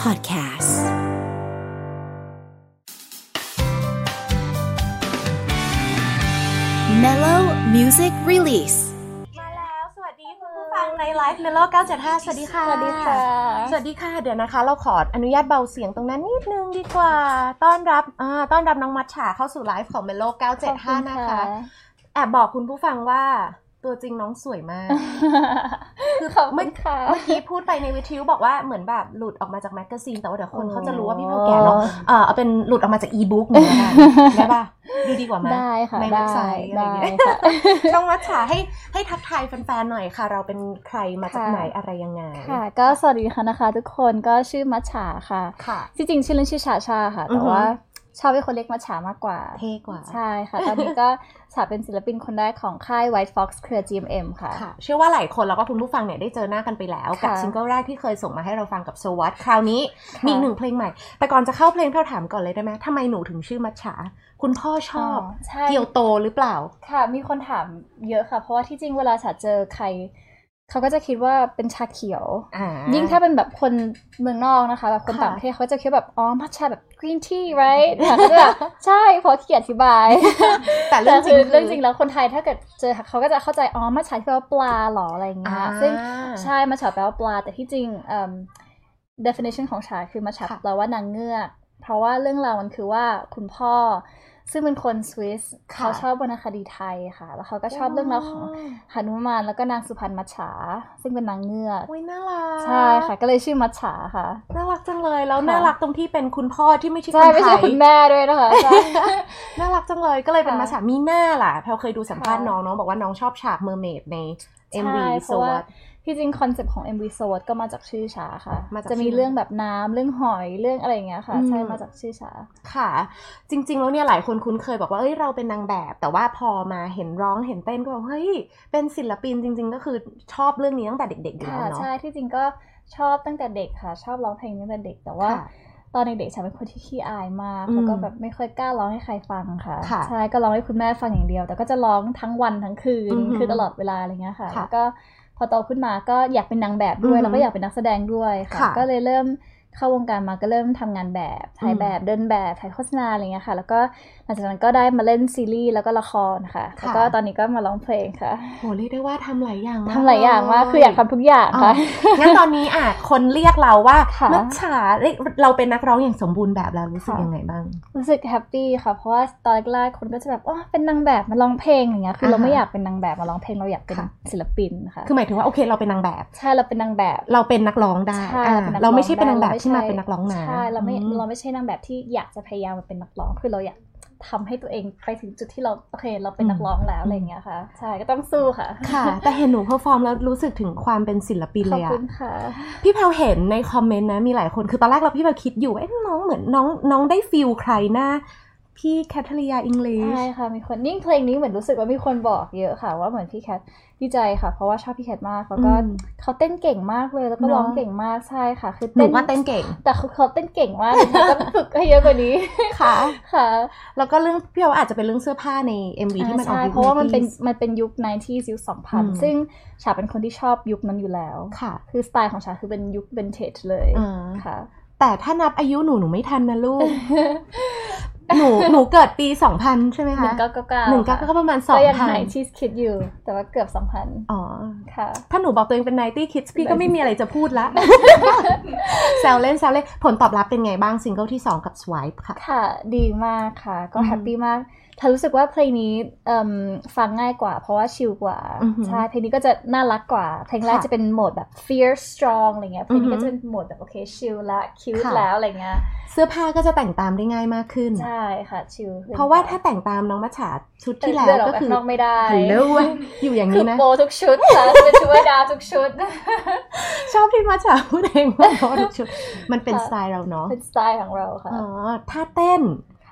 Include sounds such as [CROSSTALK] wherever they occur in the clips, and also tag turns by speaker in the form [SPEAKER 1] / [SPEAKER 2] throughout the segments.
[SPEAKER 1] Podcast Mellow Music Release
[SPEAKER 2] มาแล้วสวัสดีคุณผู้ฟังในไลฟ์เมโล975 สวัสดีค่ะ
[SPEAKER 3] สวัสดีค่ะ
[SPEAKER 2] สวัสดีค่ะ เดี๋ยวนะคะ เราขออนุญาตเบาเสียงตรงนั้นนิดนึงดีกว่า ต้อนรับอ่าต้อนรับน้องมัชชาเข้าสู่ไลฟ์ของเมโล975 นะคะ แอบบอกคุณผู้ฟังว่าตัวจริงน้องสวยมาก
[SPEAKER 3] คือขอบคุณค่ะ
[SPEAKER 2] เมื่อกี้พูดไปในวิทยุบอกว่าเหมือนแบบหลุดออกมาจากแมกกาซีนแต่ว่าเดี๋ยว [LAUGHS] คน
[SPEAKER 3] อ๋อ
[SPEAKER 2] เขาจะรู้ว่าพี่เมลแก่เนาะเออเอาเป็นหลุดออกมาจากอีบุ๊กเนี่ย
[SPEAKER 3] [LAUGHS]
[SPEAKER 2] นะคะได้ปะดูดีกว่าไหม
[SPEAKER 3] ได้ค่ะ
[SPEAKER 2] ในเว็บ
[SPEAKER 3] ได้
[SPEAKER 2] ไซต์อะไรอ
[SPEAKER 3] ได้
[SPEAKER 2] ย่างเงี้ย [LAUGHS]
[SPEAKER 3] ค่ะ
[SPEAKER 2] ช่องมัชชาให้ให้ทักทายแฟนๆหน่อยค่ะ เราเป็นใครมาจาก
[SPEAKER 3] ค่ะ
[SPEAKER 2] ไหนอะไรยังไง
[SPEAKER 3] ค่ะ ก็สวัสดีค่ะนะคะ ทุกคนก็ชื่อมัชชาค่ะ
[SPEAKER 2] ค่ะ
[SPEAKER 3] ที่จริงชื่อเล่นชื่อชาชาค่ะ
[SPEAKER 2] อือ
[SPEAKER 3] แต่
[SPEAKER 2] ฮึ
[SPEAKER 3] ว่าชอบให้คนเรียกมัชชามากกว่า
[SPEAKER 2] เท่กว่า
[SPEAKER 3] ใช่ค่ะ ตอนนี้ก็ชาเป็นศิลปินคนแรกของค่าย White Fox เครือ GMM ค่ะ
[SPEAKER 2] ค่ะ เชื่อว่าหลายคนแล้วก็คุณผู้ฟังเนี่ยได้เจอหน้ากันไปแล้ว กับ
[SPEAKER 3] ค่ะ
[SPEAKER 2] ซิงเกิลแรกที่เคยส่งมาให้เราฟังกับโซวัตคราวนี้มีอีก
[SPEAKER 3] ค่ะ
[SPEAKER 2] หนึ่งเพลงใหม่ แต่ก่อนจะเข้าเพลงเท่าถามก่อนเลยได้ไหมทำไมหนูถึงชื่อมัชชา คุณพ่อชอบ
[SPEAKER 3] ใช่
[SPEAKER 2] เกี่ยวโตหรือเปล่า
[SPEAKER 3] ค่ะมีคนถามเยอะค่ะ เพราะว่าที่จริงเวลาฉาเจอใคร เขาก็จะคิดว่าเป็นชาเขียว
[SPEAKER 2] อ่า
[SPEAKER 3] ยิ่งถ้าเป็นแบบคนเมืองนอกนะคะแบบคน
[SPEAKER 2] ค่ะ
[SPEAKER 3] ต่างประเทศเขาจะคิดแบบอ๋อมัทชาแบบ green tea [LAUGHS] right ค่ะก็จะแบบใช่เพราะขี้เกียจอธิบ [LAUGHS] าย
[SPEAKER 2] แต่เรื่
[SPEAKER 3] แต่
[SPEAKER 2] องจริ
[SPEAKER 3] คื
[SPEAKER 2] ง
[SPEAKER 3] อ
[SPEAKER 2] คื
[SPEAKER 3] เรื่องจริงแล้วคนไทยถ้าเกิดเจอเขาก็จะเข้าใจอ๋อมัทชาที่แปลว่าปลาเหรออะไรอย่าง
[SPEAKER 2] อ่า
[SPEAKER 3] เงี้ยซึ่งใช่มัทชาแปลว่าปลา แต่ที่จริงเอิ่ม definition ของชาคือมัทชา
[SPEAKER 2] ค่ะ
[SPEAKER 3] แปลว่านางเงือก เพราะว่าเรื่องราวมันคือว่าคุณพ่อ ซึ่งเป็นคนสวิสเขาชอบวรรณคดีไทยค่ะ แล้วเขาก็ชอบเรื่องราวของหนุมานแล้วก็นางสุพรรณมัจฉาซึ่งเป็นนางเงือก
[SPEAKER 2] อุ้ยน่ารัก
[SPEAKER 3] ใช่ค่ะ ก็เลยชื่อมัจฉาค่ะ
[SPEAKER 2] น่ารักจังเลยแล้ว
[SPEAKER 3] ค่ะ
[SPEAKER 2] น่ารักตรงที่เป็นคุณพ่อที่ไม่ใช่ค
[SPEAKER 3] ใช่
[SPEAKER 2] น
[SPEAKER 3] ไม่
[SPEAKER 2] ไท
[SPEAKER 3] ใช่
[SPEAKER 2] ย
[SPEAKER 3] คุณแม่ด้วยนะคะใช่
[SPEAKER 2] [LAUGHS] น่ารักจังเลยก็เลยเป็น
[SPEAKER 3] ค่ะ
[SPEAKER 2] มาฉากมีหน้าล่ะแพลเคยดูสัมภาษณ์
[SPEAKER 3] ค่ะ
[SPEAKER 2] น้องน้องบอกว่าน้องชอบฉากเมอร์เมดใน MV
[SPEAKER 3] ใช่เพ
[SPEAKER 2] โซ
[SPEAKER 3] ราะว่า
[SPEAKER 2] วัต
[SPEAKER 3] ที่จริงคอนเซปต์ของ MV s o d ก็มาจากชื่อชาค่ะ
[SPEAKER 2] มาจาก
[SPEAKER 3] จะมีเรื่องแบบน้ำเรื่องหอยเรื่องอะไรอย่างเงี้ยค่ะ
[SPEAKER 2] อืม
[SPEAKER 3] ใช่มาจากชื่อชา
[SPEAKER 2] ค่ะ จริง ๆ แล้วเนี่ยหลายคนคุ้นเคยบอกว่าเอ้ยเราเป็นนางแบบ แต่ว่าพอมาเห็นร้องเห็นเต้นก็บอกเฮ้ยเป็นศิลปินจริง ๆ ก็คือชอบเรื่องนี้ตั้งแต่เด็กๆอยู่
[SPEAKER 3] ค่ะ
[SPEAKER 2] แล้วเนาะ
[SPEAKER 3] ใช่ที่จริงก็ชอบตั้งแต่เด็กค่ะ ชอบร้องเพลงตั้งแต่เด็ก แต่ว่า
[SPEAKER 2] ค่ะ
[SPEAKER 3] ตอนเด็กๆฉันเป็นคนที่ขี้อายมาก
[SPEAKER 2] อืม
[SPEAKER 3] แล้วก็แบบไม่ค่อยกล้าร้องให้ใครฟังค่ะ
[SPEAKER 2] ค่ะ
[SPEAKER 3] ใช่ก็ร้องให้คุณแม่ฟังอย่างเดียว แต่ก็จะร้องทั้งวันทั้งคืน
[SPEAKER 2] อือหือ
[SPEAKER 3] คือตลอดเวลาอะไรเงี้ยค่ะ
[SPEAKER 2] ค่ะ
[SPEAKER 3] แล้วก็พอโตขึ้นมาก็อยากเป็นนางแบบด้วย
[SPEAKER 2] อือหือ
[SPEAKER 3] แล้วก็อยากเป็นนักแสดงด้วยค่ะ
[SPEAKER 2] ค่ะ
[SPEAKER 3] ก็เลยเริ่มเข้าวงการมาก็เริ่มทำงานแบบถ่ายแบบเดินแบบถ่ายโฆษณาอะไรเงี้ยค่ะ แล้วก็หลังจากนั้นก็ได้มาเล่นซีรีส์แล้วก็ละครค่ะแล้วก็ตอนนี้ก็มาร้องเพลงค่ะ
[SPEAKER 2] โหเรียกได้ว่าทำหลายอย่างมก
[SPEAKER 3] ทำหลายอย่างมากคืออยากทำทุกอย่างค่ะ
[SPEAKER 2] งั้นตอนนี้อ่ะ [LAUGHS] คนเรียกเราว่า
[SPEAKER 3] ค่ะ
[SPEAKER 2] มัชชาเอ้ยเราเป็นนักร้องอย่างสมบูรณ์แบบแล้วรู้สึกยังไงบ้าง
[SPEAKER 3] รู้สึกแฮปปี้ค่ะ เพราะว่าตอนแรกๆคนก็จะแบบอ๋อเป็นนางแบบมาร้องเพลงอย่างเงี้ยคือเรา
[SPEAKER 2] อ่าฮะ
[SPEAKER 3] ไม่อยากเป็นนางแบบมาร้องเพลงเราอยากเป็น
[SPEAKER 2] ค่ะ
[SPEAKER 3] ศิลปินค่ะ
[SPEAKER 2] คือหมายถึงว่าโอเคเราเป็นนางแบบ
[SPEAKER 3] ใช่เราเป็นนางแบบ
[SPEAKER 2] เราเป็นนักร้องได้
[SPEAKER 3] ใช่
[SPEAKER 2] อ่า
[SPEAKER 3] ป็นนัก
[SPEAKER 2] เรา
[SPEAKER 3] อง
[SPEAKER 2] ไม่ใช่เป็นนางแบบ
[SPEAKER 3] ด้
[SPEAKER 2] ที่มา
[SPEAKER 3] ใช่
[SPEAKER 2] เป็นนักร้องนะ
[SPEAKER 3] ใช่เราไม่
[SPEAKER 2] อืม
[SPEAKER 3] เราไม่ใช่นางแบบที่อยากจะพยายามมาเป็นนักร้องคือเราอยากทำให้ตัวเองไปถึงจุดที่เราโอเค เราเป็นนักร้องแล้ว
[SPEAKER 2] อืม
[SPEAKER 3] อะไรอย่างเงี้ยค่ะ ใช่ก็ต้องสู้ค่ะ [LAUGHS]
[SPEAKER 2] ค่ะ แต่เห็นหนูเพอร์ฟอร์มแล้วรู้สึกถึงความเป็นศิลปิน
[SPEAKER 3] ข
[SPEAKER 2] เล
[SPEAKER 3] อบ
[SPEAKER 2] ยอะ
[SPEAKER 3] คุณค่ะ
[SPEAKER 2] พี่แพลวเห็นในคอมเมนต์นะมีหลายคนคือตอนแรกเราพี่แพลวคิดอยู่ว่าเอ๊ะน้องเหมือนน้องน้องได้ฟิลใครหน้าพี่แคทเธอรียาอิงลิช
[SPEAKER 3] ใช่ค่ะมีคนยิ่งเพลงนี้เหมือนรู้สึกว่ามีคนบอกเยอะค่ะ ว่าเหมือนพี่แคทดีใจค่ะ เพราะว่าชอบพี่แคทมากแล้วก็เขาเต้นเก่งมากเลยแล้วก็ร้องเก่งมากใช่ค่ะ คือ
[SPEAKER 2] หนู
[SPEAKER 3] เต้น
[SPEAKER 2] ว่าเต้นเก่ง
[SPEAKER 3] แต่เขาเขาเต้นเก่ง
[SPEAKER 2] [LAUGHS]
[SPEAKER 3] มากเลยค่ะต้องฝึกให้เยอะกว่านี้
[SPEAKER 2] ค่ะ
[SPEAKER 3] ค่ะ
[SPEAKER 2] แล้วก็เรื่องพี่แพลวอาจจะเป็นเรื่องเสื้อผ้าใน MV ที่มันออก
[SPEAKER 3] ใช่
[SPEAKER 2] ยุค
[SPEAKER 3] เพราะว่ามันเป็น
[SPEAKER 2] 90s
[SPEAKER 3] มันเป็นยุค 90s ยุค
[SPEAKER 2] อืม
[SPEAKER 3] 2000 ซึ่งฉาเป็นคนที่ชอบยุคนั้นอยู่แล้ว
[SPEAKER 2] ค่ะ
[SPEAKER 3] คือสไตล์ของฉาคือเป็นยุควินเทจเลย
[SPEAKER 2] อ่า
[SPEAKER 3] ค่ะ
[SPEAKER 2] แต่ถ้านับอายุหนูหนูไม่ทันนะลู
[SPEAKER 3] [LAUGHS]
[SPEAKER 2] ก หนูหนูเกิดปี 2000 ใช่ไหม
[SPEAKER 3] ห
[SPEAKER 2] คะ
[SPEAKER 3] นึ่งเก้าเก้าเก้า
[SPEAKER 2] หนึ่งเก้าก็ประมาณสอง
[SPEAKER 3] ก็ยัง
[SPEAKER 2] พัน
[SPEAKER 3] ไหนชีสคิดอยู่ แต่ว่าเกือบ
[SPEAKER 2] อ๋อ
[SPEAKER 3] 2000ค่ะ
[SPEAKER 2] ถ้าหนูบอกตัวเองเป็นไนตี้คิดพี่ก็ไม่มีอะไรจะพูดละ [LAUGHS] แซวเล่นแซวเล่นผลตอบรับเป็นไงบ้างซิงเกิลที่ 2 กับ Swipe ค่ะ
[SPEAKER 3] ค่ะดีมากค่ะ ก็
[SPEAKER 2] อืม
[SPEAKER 3] แฮปปี้มากถ้ารู้สึกว่าเพลงนี้เอิ่มฟังง่ายกว่า เพราะว่าชิลกว่า
[SPEAKER 2] อือหือ
[SPEAKER 3] ใช่เพลงนี้ก็จะน่ารักกว่า เพลงแรก
[SPEAKER 2] ค่ะ
[SPEAKER 3] จะเป็นโหมดแบบ fear strong อะไรเงี้ยเพลง
[SPEAKER 2] อือหื
[SPEAKER 3] นี้
[SPEAKER 2] อ
[SPEAKER 3] ก็จะเป็นโหมดแบบโอเคชิลละ cute
[SPEAKER 2] ค่ะ
[SPEAKER 3] แล้วอะไรเงี้ย
[SPEAKER 2] เสื้อผ้าก็จะแต่งตามได้ง่ายมากขึ้น
[SPEAKER 3] ใช่ค่ะชิลขึ้น
[SPEAKER 2] เพราะว่าถ้าแต่งตามน้องมัจฉาชุดที่แล้ว
[SPEAKER 3] เดินออ
[SPEAKER 2] ก็
[SPEAKER 3] ไป
[SPEAKER 2] คือ
[SPEAKER 3] ข้างนอกไม่ได้
[SPEAKER 2] หันเลิศอยู่อย่าง
[SPEAKER 3] คื
[SPEAKER 2] นี้
[SPEAKER 3] อ
[SPEAKER 2] นะ
[SPEAKER 3] โปทุกชุดค่ะจะช่วยดาวทุก
[SPEAKER 2] [LAUGHS]
[SPEAKER 3] ชุด
[SPEAKER 2] ชอบที่มัจฉาพูดเองว่าน้องทุกชุดมันเป็น
[SPEAKER 3] ค่ะ
[SPEAKER 2] สไตล์เราเนาะ
[SPEAKER 3] เป็นสไตล์ของเราค่ะ
[SPEAKER 2] อ๋อถ้าเต้น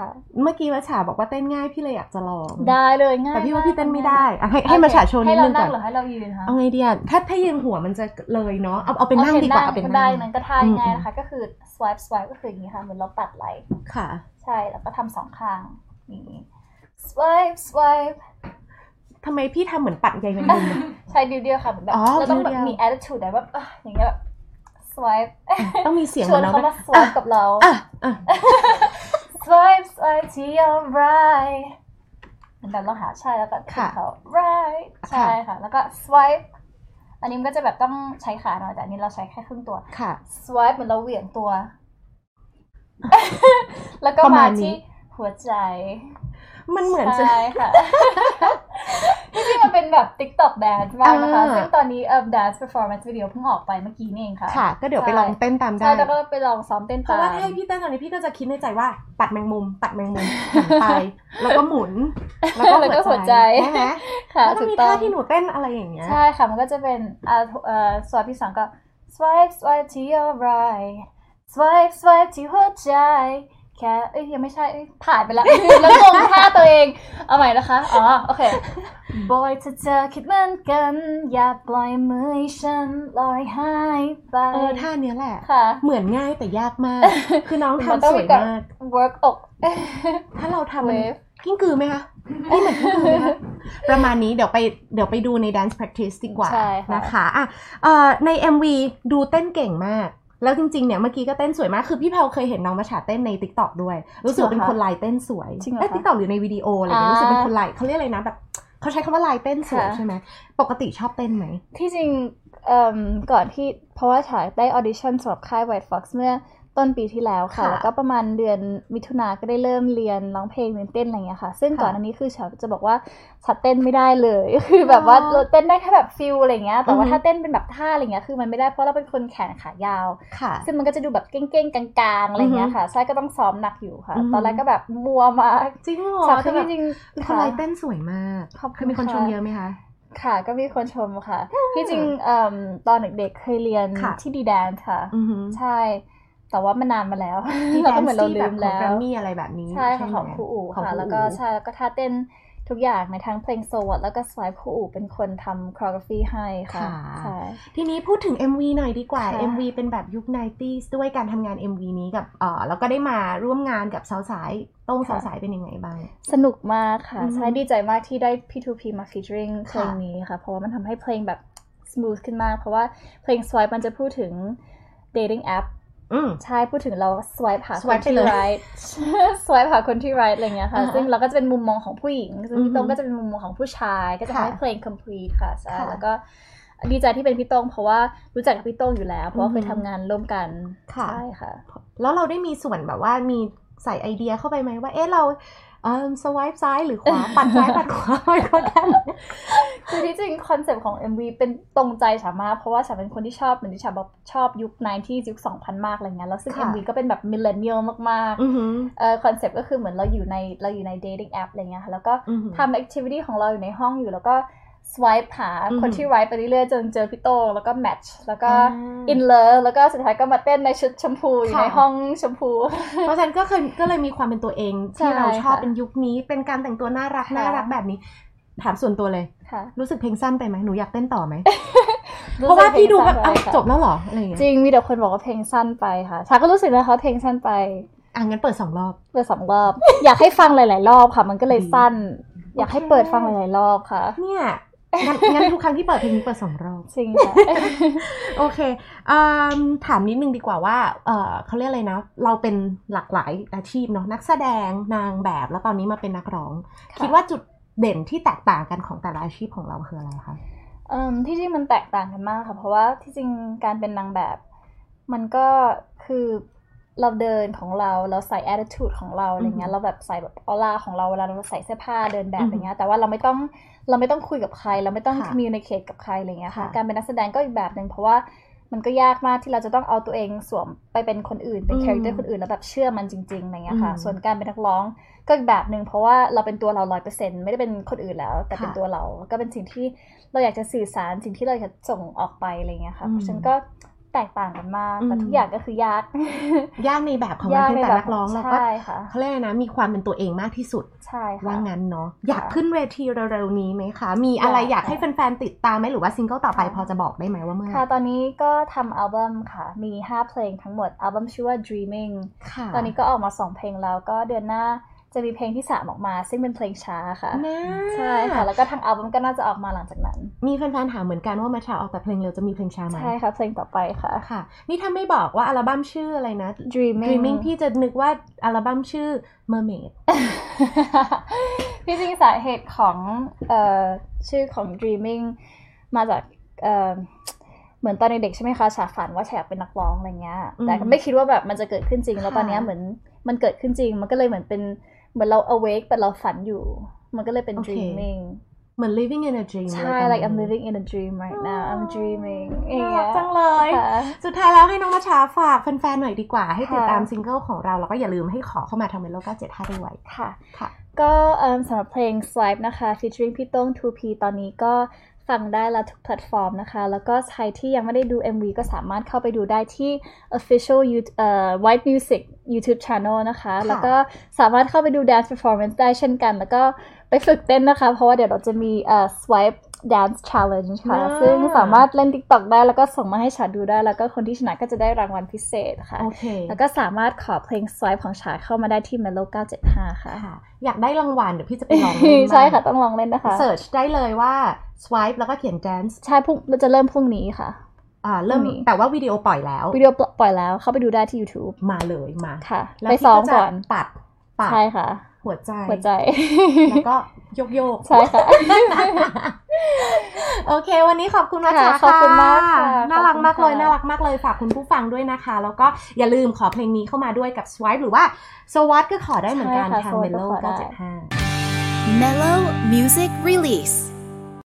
[SPEAKER 3] ค่ะ
[SPEAKER 2] เมื่อกี้มัจฉาบอกว่าเต้นง่ายพี่เลยอยากจะลอง
[SPEAKER 3] ได้เลยง่าย
[SPEAKER 2] แต่พี่ว่าม
[SPEAKER 3] ก
[SPEAKER 2] พี่เต้นไม่
[SPEAKER 3] ง่
[SPEAKER 2] ได้
[SPEAKER 3] ย
[SPEAKER 2] อ่ะให้ให้
[SPEAKER 3] โอเค
[SPEAKER 2] มัจฉาโชว์นิดนึงก่อน
[SPEAKER 3] ให้เรานั่งหรือให้เรายืนคะ
[SPEAKER 2] เอาไงดีอ่ะถ้าถ้ายืนหัวมันจะเลยเนาะเอาเอาเป็นนั่งดีกว่าเอาเป็น
[SPEAKER 3] ก็ได้
[SPEAKER 2] นั่ง
[SPEAKER 3] นั้นก็ท่า
[SPEAKER 2] อืม
[SPEAKER 3] ง่ายนะคะ ก็คือ swipe swipe ก็คืออย่างนี้ค่ะ เหมือนเราปัดไหล
[SPEAKER 2] ค่ะ
[SPEAKER 3] ใช่ แล้วก็ทำสองข้างอย่างนี้ swipe swipe
[SPEAKER 2] ทำไมพี่ทำเหมือนปัดใยแมงมุมอะ
[SPEAKER 3] ใช่ดิวเดียวค่ะเหมือนแบบ
[SPEAKER 2] อ๋อ
[SPEAKER 3] เราต้องแบบ
[SPEAKER 2] ดิวเดียว
[SPEAKER 3] มี attitude แบบว่าอ่ะอย่างเงี้ยแบบ swipe
[SPEAKER 2] ต้องมีเสียง
[SPEAKER 3] ชวน
[SPEAKER 2] หอ
[SPEAKER 3] เขา
[SPEAKER 2] ไห
[SPEAKER 3] มา swipe กับเรา
[SPEAKER 2] อ่ะอ่ะ
[SPEAKER 3] [LAUGHS] swipe swipe to your right เหมือนแบบเราหาใช่แล้วก็ขึ้นเขา right ใช่ค่ะ แล้วก็ swipe อันนี้มันก็จะแบบต้องใช้ขาหน่อยแต่อันนี้เราใช้แค่ครึ่งตัว
[SPEAKER 2] ค่ะ
[SPEAKER 3] swipe เหมือนเราเหวี่ยงตัว [LAUGHS] แล้วก็
[SPEAKER 2] ประ
[SPEAKER 3] มา
[SPEAKER 2] มาณนี้
[SPEAKER 3] ที่หัวใจ
[SPEAKER 2] มันเหมือนจะ
[SPEAKER 3] ใช่ค่ะ [LAUGHS] จริงๆมันเป็นแบบ TikTok dance มากนะคะ
[SPEAKER 2] อ่า
[SPEAKER 3] ซึ่งตอนนี้เอ่อ dance performance video เพิ่งออกไปเมื่อกี้นี่เองค่ะ
[SPEAKER 2] ค่ะ ก็เดี๋ยวไป
[SPEAKER 3] ใช่
[SPEAKER 2] ลองเต้นตามได้
[SPEAKER 3] ใช่แล้วก็ไปลองซ้อมเต้น
[SPEAKER 2] เพ
[SPEAKER 3] ตา
[SPEAKER 2] ราะ
[SPEAKER 3] ม
[SPEAKER 2] ว่าถ้าให้พี่เต้นตอนนี้พี่ก็จะคิดในใจว่า ปัดแมงมุม ปัดแมงมุมหันไป แล้วก็หมุน แล้วก็
[SPEAKER 3] แล้วก็
[SPEAKER 2] หั
[SPEAKER 3] หั
[SPEAKER 2] ว
[SPEAKER 3] ว
[SPEAKER 2] ใจ
[SPEAKER 3] ใจ
[SPEAKER 2] ใช่ไหม
[SPEAKER 3] ค่ะ
[SPEAKER 2] แล้วก็
[SPEAKER 3] ถูก
[SPEAKER 2] มี
[SPEAKER 3] ต้อ
[SPEAKER 2] ท่าง ที่หนูเต้นอะไรอย่างเงี้ย
[SPEAKER 3] ใช่ค่ะ มันก็จะเป็นอ่าเอ่อสวายพี่สองก็ swipe swipe to your right swipe swipe to หัวใจแค่เอ้ยยังไม่ใช่เอ้ยผ่านไป [LAUGHS] แล้วลืมแล้วงงท่าตัวเอง เอาใหม่นะคะ อ๋อ โอเค บอยถ้าเธอคิดเหมือนกัน อย่าปล่อยมือให้ฉันลอยหายไป
[SPEAKER 2] เออท่าเนี้ยแหละ
[SPEAKER 3] ค่ะ
[SPEAKER 2] เหมือนง่ายแต่ยากมาก คือน้อง
[SPEAKER 3] มันต้
[SPEAKER 2] ทำ
[SPEAKER 3] อง
[SPEAKER 2] ส
[SPEAKER 3] มี
[SPEAKER 2] วย
[SPEAKER 3] การ
[SPEAKER 2] มาก
[SPEAKER 3] work อก
[SPEAKER 2] ถ้าเราทำมัน
[SPEAKER 3] Wave
[SPEAKER 2] กิ้งกือไหมคะไม่เหมือนกิ้งกือไหม
[SPEAKER 3] [LAUGHS]
[SPEAKER 2] คะ ประมาณนี้เดี๋ยวไปเดี๋ยวไปดูใน dance practice ดีกว่า
[SPEAKER 3] ใช่ค่ะ
[SPEAKER 2] นะคะอ่ะเอ่อใน MV ดูเต้นเก่งมาก แล้วจริงๆเนี่ยเมื่อกี้ก็เต้นสวยมาก คือพี่เพาเคยเห็นน้องมาฉาเต้นใน t ิ k t o k ด้วย รู้สึกว่าเป็นคนลายเต้นสวย
[SPEAKER 3] จริงเหรอคะ
[SPEAKER 2] เอ้ย TikTok หรือในวิดีโออะไรอย่างเงี้ยรู้
[SPEAKER 3] อ่า
[SPEAKER 2] สึกเป็นคนลายเขาเรียกอะไรนะแบบเขาใช้คำว่าลายเต้นสวย
[SPEAKER 3] ค่ะ
[SPEAKER 2] ใช่ไหมปกติชอบเต้นไหม
[SPEAKER 3] ที่จริงเอิ่มก่อนที่เพราะว่าฉายได้ออดิชั่นสำหรับค่าย White Fox เมื่อต้นปีที่แล้วค่ะ
[SPEAKER 2] ค่ะ
[SPEAKER 3] แล้วก็ประมาณเดือนมิถุนาก็ได้เริ่มเรียนร้องเพลงเรียนเต้นอะไรอย่างเงี้ยค่ะ ซึ่ง
[SPEAKER 2] ค่ะ
[SPEAKER 3] ก่อนอันนี้คือฉายจะบอกว่าฉันเต้นไม่ได้เลย [LAUGHS] คือแบบว่าเราเต้นได้แค่แบบฟิลอะไรอย่างเงี้ย แต่ว่า
[SPEAKER 2] อืม
[SPEAKER 3] ถ้าเต้นเป็นแบบท่าอะไรอย่างเงี้ยคือมันไม่ได้เพราะเราเป็นคนแขนขายาว
[SPEAKER 2] ค่ะ
[SPEAKER 3] ซึ่งมันก็จะดูแบบเก้งๆกลางๆอะไรอย่างเงี้ยค่ะใช่ก็ต้องซ้อมหนักอยู่ค่ะ
[SPEAKER 2] อือฮึ
[SPEAKER 3] ตอนแรกก็แบบมัวมาก
[SPEAKER 2] จริงเหรอ
[SPEAKER 3] ฉาก
[SPEAKER 2] คื
[SPEAKER 3] คือ อ
[SPEAKER 2] แบ
[SPEAKER 3] จ
[SPEAKER 2] บ
[SPEAKER 3] ริง
[SPEAKER 2] ค
[SPEAKER 3] ๆ
[SPEAKER 2] น
[SPEAKER 3] ค่ะ
[SPEAKER 2] ลายเต้นสวยมาก
[SPEAKER 3] ขอบคุณ
[SPEAKER 2] เยมีคนชม
[SPEAKER 3] ค่ะ
[SPEAKER 2] เยอะไหมคะ
[SPEAKER 3] ค่ะก็มีคนชมค่ะ ที่จริงเอิ่มตอนเด็กๆเคยเรียน
[SPEAKER 2] ค่ะ
[SPEAKER 3] ที่ดีแดนค่ะ
[SPEAKER 2] อือหือ
[SPEAKER 3] ใช่ แต่ว่ามันนานมาแล้ว
[SPEAKER 2] มี
[SPEAKER 3] [LAUGHS] เรา
[SPEAKER 2] แด
[SPEAKER 3] ก็
[SPEAKER 2] น
[SPEAKER 3] เหมือนเรา
[SPEAKER 2] ซี่
[SPEAKER 3] ลื
[SPEAKER 2] แบบ
[SPEAKER 3] ม
[SPEAKER 2] ของ
[SPEAKER 3] แล้
[SPEAKER 2] แกร
[SPEAKER 3] ว
[SPEAKER 2] มมี่อะไรแบบนี้
[SPEAKER 3] ใช่ค่ะ
[SPEAKER 2] ไหม
[SPEAKER 3] ของครูอู๋
[SPEAKER 2] ขง
[SPEAKER 3] ค่ะ
[SPEAKER 2] รู
[SPEAKER 3] แล้วก็
[SPEAKER 2] อู๋
[SPEAKER 3] ใช่แล้วก็ท่าเต้นทุกอย่างในทั้งเพลงโซลแล้วก็สไลด์ครูอู๋เป็นคนทำครอกราฟีให้ค่ะ
[SPEAKER 2] ค่ะ
[SPEAKER 3] ใช่
[SPEAKER 2] ทีนี้พูดถึง MV หน่อยดีกว่า
[SPEAKER 3] ค่ะ
[SPEAKER 2] MV เป็นแบบยุค 90s ด้วยการทำงาน MV นี้กับเออแล้วก็ได้มาร่วมงานกับสาวสายโต้ง
[SPEAKER 3] ค่ะ
[SPEAKER 2] สาวสายเป็นยังไงบ้าง
[SPEAKER 3] สนุกมากค่ะ
[SPEAKER 2] อือฮึ
[SPEAKER 3] ใช่ดีใจมากที่ได้ P2P มา featuring เพล
[SPEAKER 2] ค่ะ
[SPEAKER 3] งนี้ค่ะ เพราะว่ามันทำให้เพลงแบบ smooth ขึ้นมาก เพราะว่าเพลง swipe มันจะพูดถึง dating app
[SPEAKER 2] ืม
[SPEAKER 3] ใช่ พูดถึงเรา swipe หาคน
[SPEAKER 2] swipe ไป
[SPEAKER 3] ที่
[SPEAKER 2] เลย
[SPEAKER 3] right [LAUGHS] swipe หาคนที่ right อะไรเงี้ยค่ะ
[SPEAKER 2] อ่าฮะ
[SPEAKER 3] ซึ่งเราก็จะเป็นมุมมองของผู้หญิง ซึ่ง
[SPEAKER 2] อือฮึ
[SPEAKER 3] พี่โต้งก็จะเป็นมุมมองของผู้ชาย ก็จะทำให้
[SPEAKER 2] ค่ะ
[SPEAKER 3] เพลง complete ค่ะใช่
[SPEAKER 2] ค่ะ
[SPEAKER 3] แล้วก็ดีใจที่เป็นพี่โต้งเพราะว่ารู้จักกับพี่โต้งอยู่แล้ว เพราะว่าเค
[SPEAKER 2] อื
[SPEAKER 3] ย
[SPEAKER 2] อฮึ
[SPEAKER 3] ทำงานร่วมกัน
[SPEAKER 2] ค่ะ
[SPEAKER 3] ใช่ค่ะ
[SPEAKER 2] แล้วเราได้มีส่วนแบบว่ามีใส่ไอเดียเข้าไปไหมว่า เอ๊ะเราเออสวายซ้ายหรือขวา ปัดซ้ายปัดขวาไปก็ได้
[SPEAKER 3] คือที่จริงคอนเซปต์ของ MV เป็นตรงใจฉันมาก เพราะว่าฉันเป็นคนที่ชอบเหมือนที่ฉันบอกชอบยุค 90s ยุค 2000 มากอะไรเงี้ยแล้วซึ่ง
[SPEAKER 2] ค่ะ
[SPEAKER 3] MV ก็เป็นแบบมิเลเนียลมาก
[SPEAKER 2] อือหือ
[SPEAKER 3] ๆเอ่อคอนเซปต์ก็คือเหมือนเราอยู่ในเราอยู่ใน dating app อะไรเงี้ยค่ะแล้วก็
[SPEAKER 2] อือหือ
[SPEAKER 3] ทำแอคทิวิตี้ของเราอยู่ในห้องอยู่ แล้วก็ swipe หา
[SPEAKER 2] อือหือ
[SPEAKER 3] คนที่ right ไปเรื่อยๆ จนเจอพี่โตงแล้วก็ match แล้วก็
[SPEAKER 2] อ่า
[SPEAKER 3] in love แล้วก็สุดท้ายก็มาเต้นในชุดชมพูอยู่
[SPEAKER 2] ค่ะ
[SPEAKER 3] ในห้องชมพู
[SPEAKER 2] เพราะฉะนั้นก็เคยก็เลยมีความเป็นตัวเองที่
[SPEAKER 3] ใช่
[SPEAKER 2] เราชอบ
[SPEAKER 3] ค่ะ
[SPEAKER 2] เป็นยุคนี้เป็นการแต่งตัวน่ารัก
[SPEAKER 3] ค่ะ
[SPEAKER 2] น่ารักแบบนี้ ถามส่วนตัวเลย
[SPEAKER 3] ค่ะ
[SPEAKER 2] รู้สึกเพลงสั้นไปไหมหนูอยากเต้นต่อไหม เพราะว่าพี่ดูแบบ
[SPEAKER 3] สึก
[SPEAKER 2] เอ้า
[SPEAKER 3] เพลงสั้นไปค่ะ
[SPEAKER 2] จบแล้วเหรออะไรอย่างเงี้ย
[SPEAKER 3] จริงมีแต่คนบอกว่าเพลงสั้นไปค่ะฉันก็รู้สึกนะคะเพลงสั้นไป
[SPEAKER 2] อ่ะงั้นเปิดสองรอบ
[SPEAKER 3] เปิดสองรอบ อยากให้ฟังหลาย ๆ รอบค่ะ มันก็เลยสั้น อยากให้เปิด
[SPEAKER 2] โอเค
[SPEAKER 3] ฟังหลาย ๆ รอบค่ะ
[SPEAKER 2] เนี่ยงั้นงั้นทุกครั้งที่เปิดเพลงนี้เปิดสองรอบ
[SPEAKER 3] จริงค่ะ
[SPEAKER 2] โอเคอืมถามนิดนึงดีกว่าว่าเออเขาเรียกอะไรนะ เราเป็นหลากหลายอาชีพเนาะนักแสดงนางแบบแล้วตอนนี้มาเป็นนักร้อง
[SPEAKER 3] ค่ะ
[SPEAKER 2] คิดว่าจุดเด่นที่แตกต่างกันของแต่ละอาชีพของเราคืออะไรคะ
[SPEAKER 3] เอิ่มที่จริงมันแตกต่างกันมากค่ะ เพราะว่าที่จริงการเป็นนางแบบ มันก็คือเราเดินของเราเราใส่ attitude ของเราอะไรเงี้
[SPEAKER 2] อืม
[SPEAKER 3] ยเราแบบใส่แบบออร่าของเราเวลาเราใส่เสื้อผ้าเดินแบ
[SPEAKER 2] อื
[SPEAKER 3] บ
[SPEAKER 2] ม
[SPEAKER 3] อะไรเงี้ยแต่ว่าเราไม่ต้องเราไม่ต้องคุยกับใคร เราไม่ต้อง
[SPEAKER 2] ค่ะ
[SPEAKER 3] communicate กับใครอะไรเงี้ยค่ะ
[SPEAKER 2] ค่ะ
[SPEAKER 3] การเป็นนักแสดงก็อีกแบบหนึ่งเพราะว่ามันก็ยากมากที่เราจะต้องเอาตัวเองสวมไปเป็นคนอื่นเป็น
[SPEAKER 2] อืม
[SPEAKER 3] คาแรคเตอร์คนอื่นแล้วแบบเชื่อมันจริงๆอะไรเงี้ยค่ะ
[SPEAKER 2] อืม
[SPEAKER 3] ส่วนการเป็นนักร้องก็อีกแบบหนึ่งเพราะว่าเราเป็นตัวเราร้อยเปอร์เซ็นต์ไม่ได้เป็นคนอื่นแล้ว แต่เป็น
[SPEAKER 2] ค่ะ
[SPEAKER 3] ตัวเราก็เป็นสิ่งที่ เราอยากจะสื่อสารสิ่งที่เราอยากจะส่งออกไปอะไรเงี้ยค่ะ
[SPEAKER 2] อืม
[SPEAKER 3] เพราะฉะนันก็แตกต่างกันมาก แต่
[SPEAKER 2] อืม
[SPEAKER 3] ทุกอย่างก็คือยาก [LAUGHS]
[SPEAKER 2] ยากในแบบของมันคือแต่นักร้องเราก็
[SPEAKER 3] ใช่ค่ะ
[SPEAKER 2] เขาเรียกอะไรนะมีความเป็นตัวเองมากที่สุด
[SPEAKER 3] ใช่ค่ะ
[SPEAKER 2] ว่างั้นเนาะอยาก
[SPEAKER 3] ค่ะ
[SPEAKER 2] ขึ้นเวทีเร็วๆนี้ไหมคะ มีอะไร
[SPEAKER 3] อยาก
[SPEAKER 2] อยากให้
[SPEAKER 3] ค่ะ
[SPEAKER 2] แฟนๆติดตามไหมหรือว่าซิงเกิลต่อไป
[SPEAKER 3] ค่ะ
[SPEAKER 2] พอจะบอกได้ไหมว่าเมื่อไหร่
[SPEAKER 3] ค่ะตอนนี้ก็ทำอัลบั้มค่ะ มี 5 เพลงทั้งหมด อัลบั้มชื่อว่า Dreaming
[SPEAKER 2] ค่ะ
[SPEAKER 3] ตอนนี้ก็ออกมา 2 เพลงแล้วก็เดือนหน้า จะมีเพลงที่สามออกมา ซึ่งเป็นเพลงช้าค่ะ
[SPEAKER 2] นะ
[SPEAKER 3] ใช่ค่ะ แล้วก็ทางอัลบั้มก็น่าจะออกมาหลังจากนั้น
[SPEAKER 2] มีแฟนๆถามเหมือนกันว่ามาชาออกแต่เพลงเร็วจะมีเพลงช้าไหม
[SPEAKER 3] ใช่ค่ะ เพลงต่อไปค่ะ
[SPEAKER 2] ค่ะ นี่ถ้าไม่บอกว่าอัลบั้มชื่ออะไรนะ
[SPEAKER 3] Dreaming
[SPEAKER 2] Dreaming พี่จะนึกว่าอัลบั้มชื่อ Mermaid
[SPEAKER 3] [LAUGHS] พี่จริงสาเหตุของเอ่อชื่อของ dreaming มาจากเอ่อเหมือนตอนเด็กๆใช่ไหมคะฉาฝันว่าฉาอยากเป็นนักร้องอะไรเงี้ย
[SPEAKER 2] อืม
[SPEAKER 3] แต่ไม่คิดว่าแบบมันจะเกิดขึ้นจริง แล้ว
[SPEAKER 2] ค่ะ
[SPEAKER 3] ตอนเนี้ยเหมือนมันเกิดขึ้นจริง มันก็เลยเหมือนเป็นเหมือนเรา awake แต่เราฝันอยู่ มันก็เลยเป็น
[SPEAKER 2] โอเค
[SPEAKER 3] dreaming
[SPEAKER 2] เหมือน living in a dream
[SPEAKER 3] ใช่
[SPEAKER 2] อะไรประมาณ
[SPEAKER 3] like I'm
[SPEAKER 2] นี้
[SPEAKER 3] living in a dream right now I'm dreaming อย่า
[SPEAKER 2] น่าง รัก
[SPEAKER 3] เงี้ย
[SPEAKER 2] จังเลย
[SPEAKER 3] ค่ะ
[SPEAKER 2] สุดท้ายแล้วให้น้องมาชาฝากแฟนๆหน่อยดีกว่า ให้ติด
[SPEAKER 3] ค่ะ
[SPEAKER 2] ตามซิงเกิลของเรา แล้วก็อย่าลืมให้ขอเข้ามาทางเมโล975ด้วย
[SPEAKER 3] ค่ะ
[SPEAKER 2] ค่ะ
[SPEAKER 3] ก็เอิ่มสำหรับเพลง Swipe นะคะ featuring พี่โต้ง 2P ตอนนี้ก็ฟังได้แล้วทุกแพลตฟอร์มนะคะ แล้วก็ใครที่ยังไม่ได้ดู MV ก็สามารถเข้าไปดูได้ที่ official you, เอ่อ White Music YouTube Channel นะคะ แล้วก็สามารถเข้าไปดู dance performance ได้เช่นกัน แล้วก็ไปฝึกเต้นนะคะ เพราะว่าเดี๋ยวเราจะมีเอ่อ Swipe Dance Challenge ค่ะ
[SPEAKER 2] น่า
[SPEAKER 3] ซึ่งสามารถเล่น TikTok ได้ แล้วก็ส่งมาให้ฉันดูได้ แล้วก็คนที่ชนะก็จะได้รางวัลพิเศษค่ะ
[SPEAKER 2] โอเค
[SPEAKER 3] แล้วก็สามารถขอเพลง Swipe ของฉายเข้ามาได้ที่ Melo 975 ค่ะ
[SPEAKER 2] ค่ะ อยากได้รางวัลเดี๋ยวพี่จะไปล
[SPEAKER 3] [LAUGHS]
[SPEAKER 2] อง
[SPEAKER 3] ใช่ค่ะ ต้องลองเล่นนะคะ
[SPEAKER 2] เสิร์ชได้เลยว่า swipe แล้วก็เขียน dance
[SPEAKER 3] ใช่พรุ่งเราจะเริ่มพรุ่งนี้ค่ะ
[SPEAKER 2] อ่าเริ่ม
[SPEAKER 3] มี
[SPEAKER 2] แต่ว่าวิดีโอปล่อยแล้ว
[SPEAKER 3] วิดีโอปล่อยแล้วเข้าไปดูได้ที่ YouTube
[SPEAKER 2] มาเลยมา
[SPEAKER 3] ค่ะ
[SPEAKER 2] แล้ว
[SPEAKER 3] ไป
[SPEAKER 2] พี่
[SPEAKER 3] ซ้อมก่อน
[SPEAKER 2] จะปัดปัด
[SPEAKER 3] ใช่ค่ะ
[SPEAKER 2] หัวใจ
[SPEAKER 3] หัวใจ [LAUGHS]
[SPEAKER 2] แล้วก็โยกโยกๆ
[SPEAKER 3] ใช่ค่ะ
[SPEAKER 2] [LAUGHS] โอเค วันนี้ขอบคุณมา
[SPEAKER 3] ค่ะ
[SPEAKER 2] ชา
[SPEAKER 3] ขอบคุณมากค่ะ
[SPEAKER 2] น่ารักมากเลย
[SPEAKER 3] ขอบคุณค่ะ
[SPEAKER 2] น่ารักมากเลยฝากคุณผู้ฟังด้วยนะคะ แล้วก็อย่าลืมขอเพลงนี้เข้ามาด้วยกับ Swipe หรือว่า s w a t ก็ขอได้เหมือนกัน
[SPEAKER 3] ใช่ค่ะ
[SPEAKER 2] ทาง
[SPEAKER 3] Swat ก็
[SPEAKER 2] Mellow
[SPEAKER 3] ขอได้
[SPEAKER 2] 975
[SPEAKER 1] Mellow Music Release.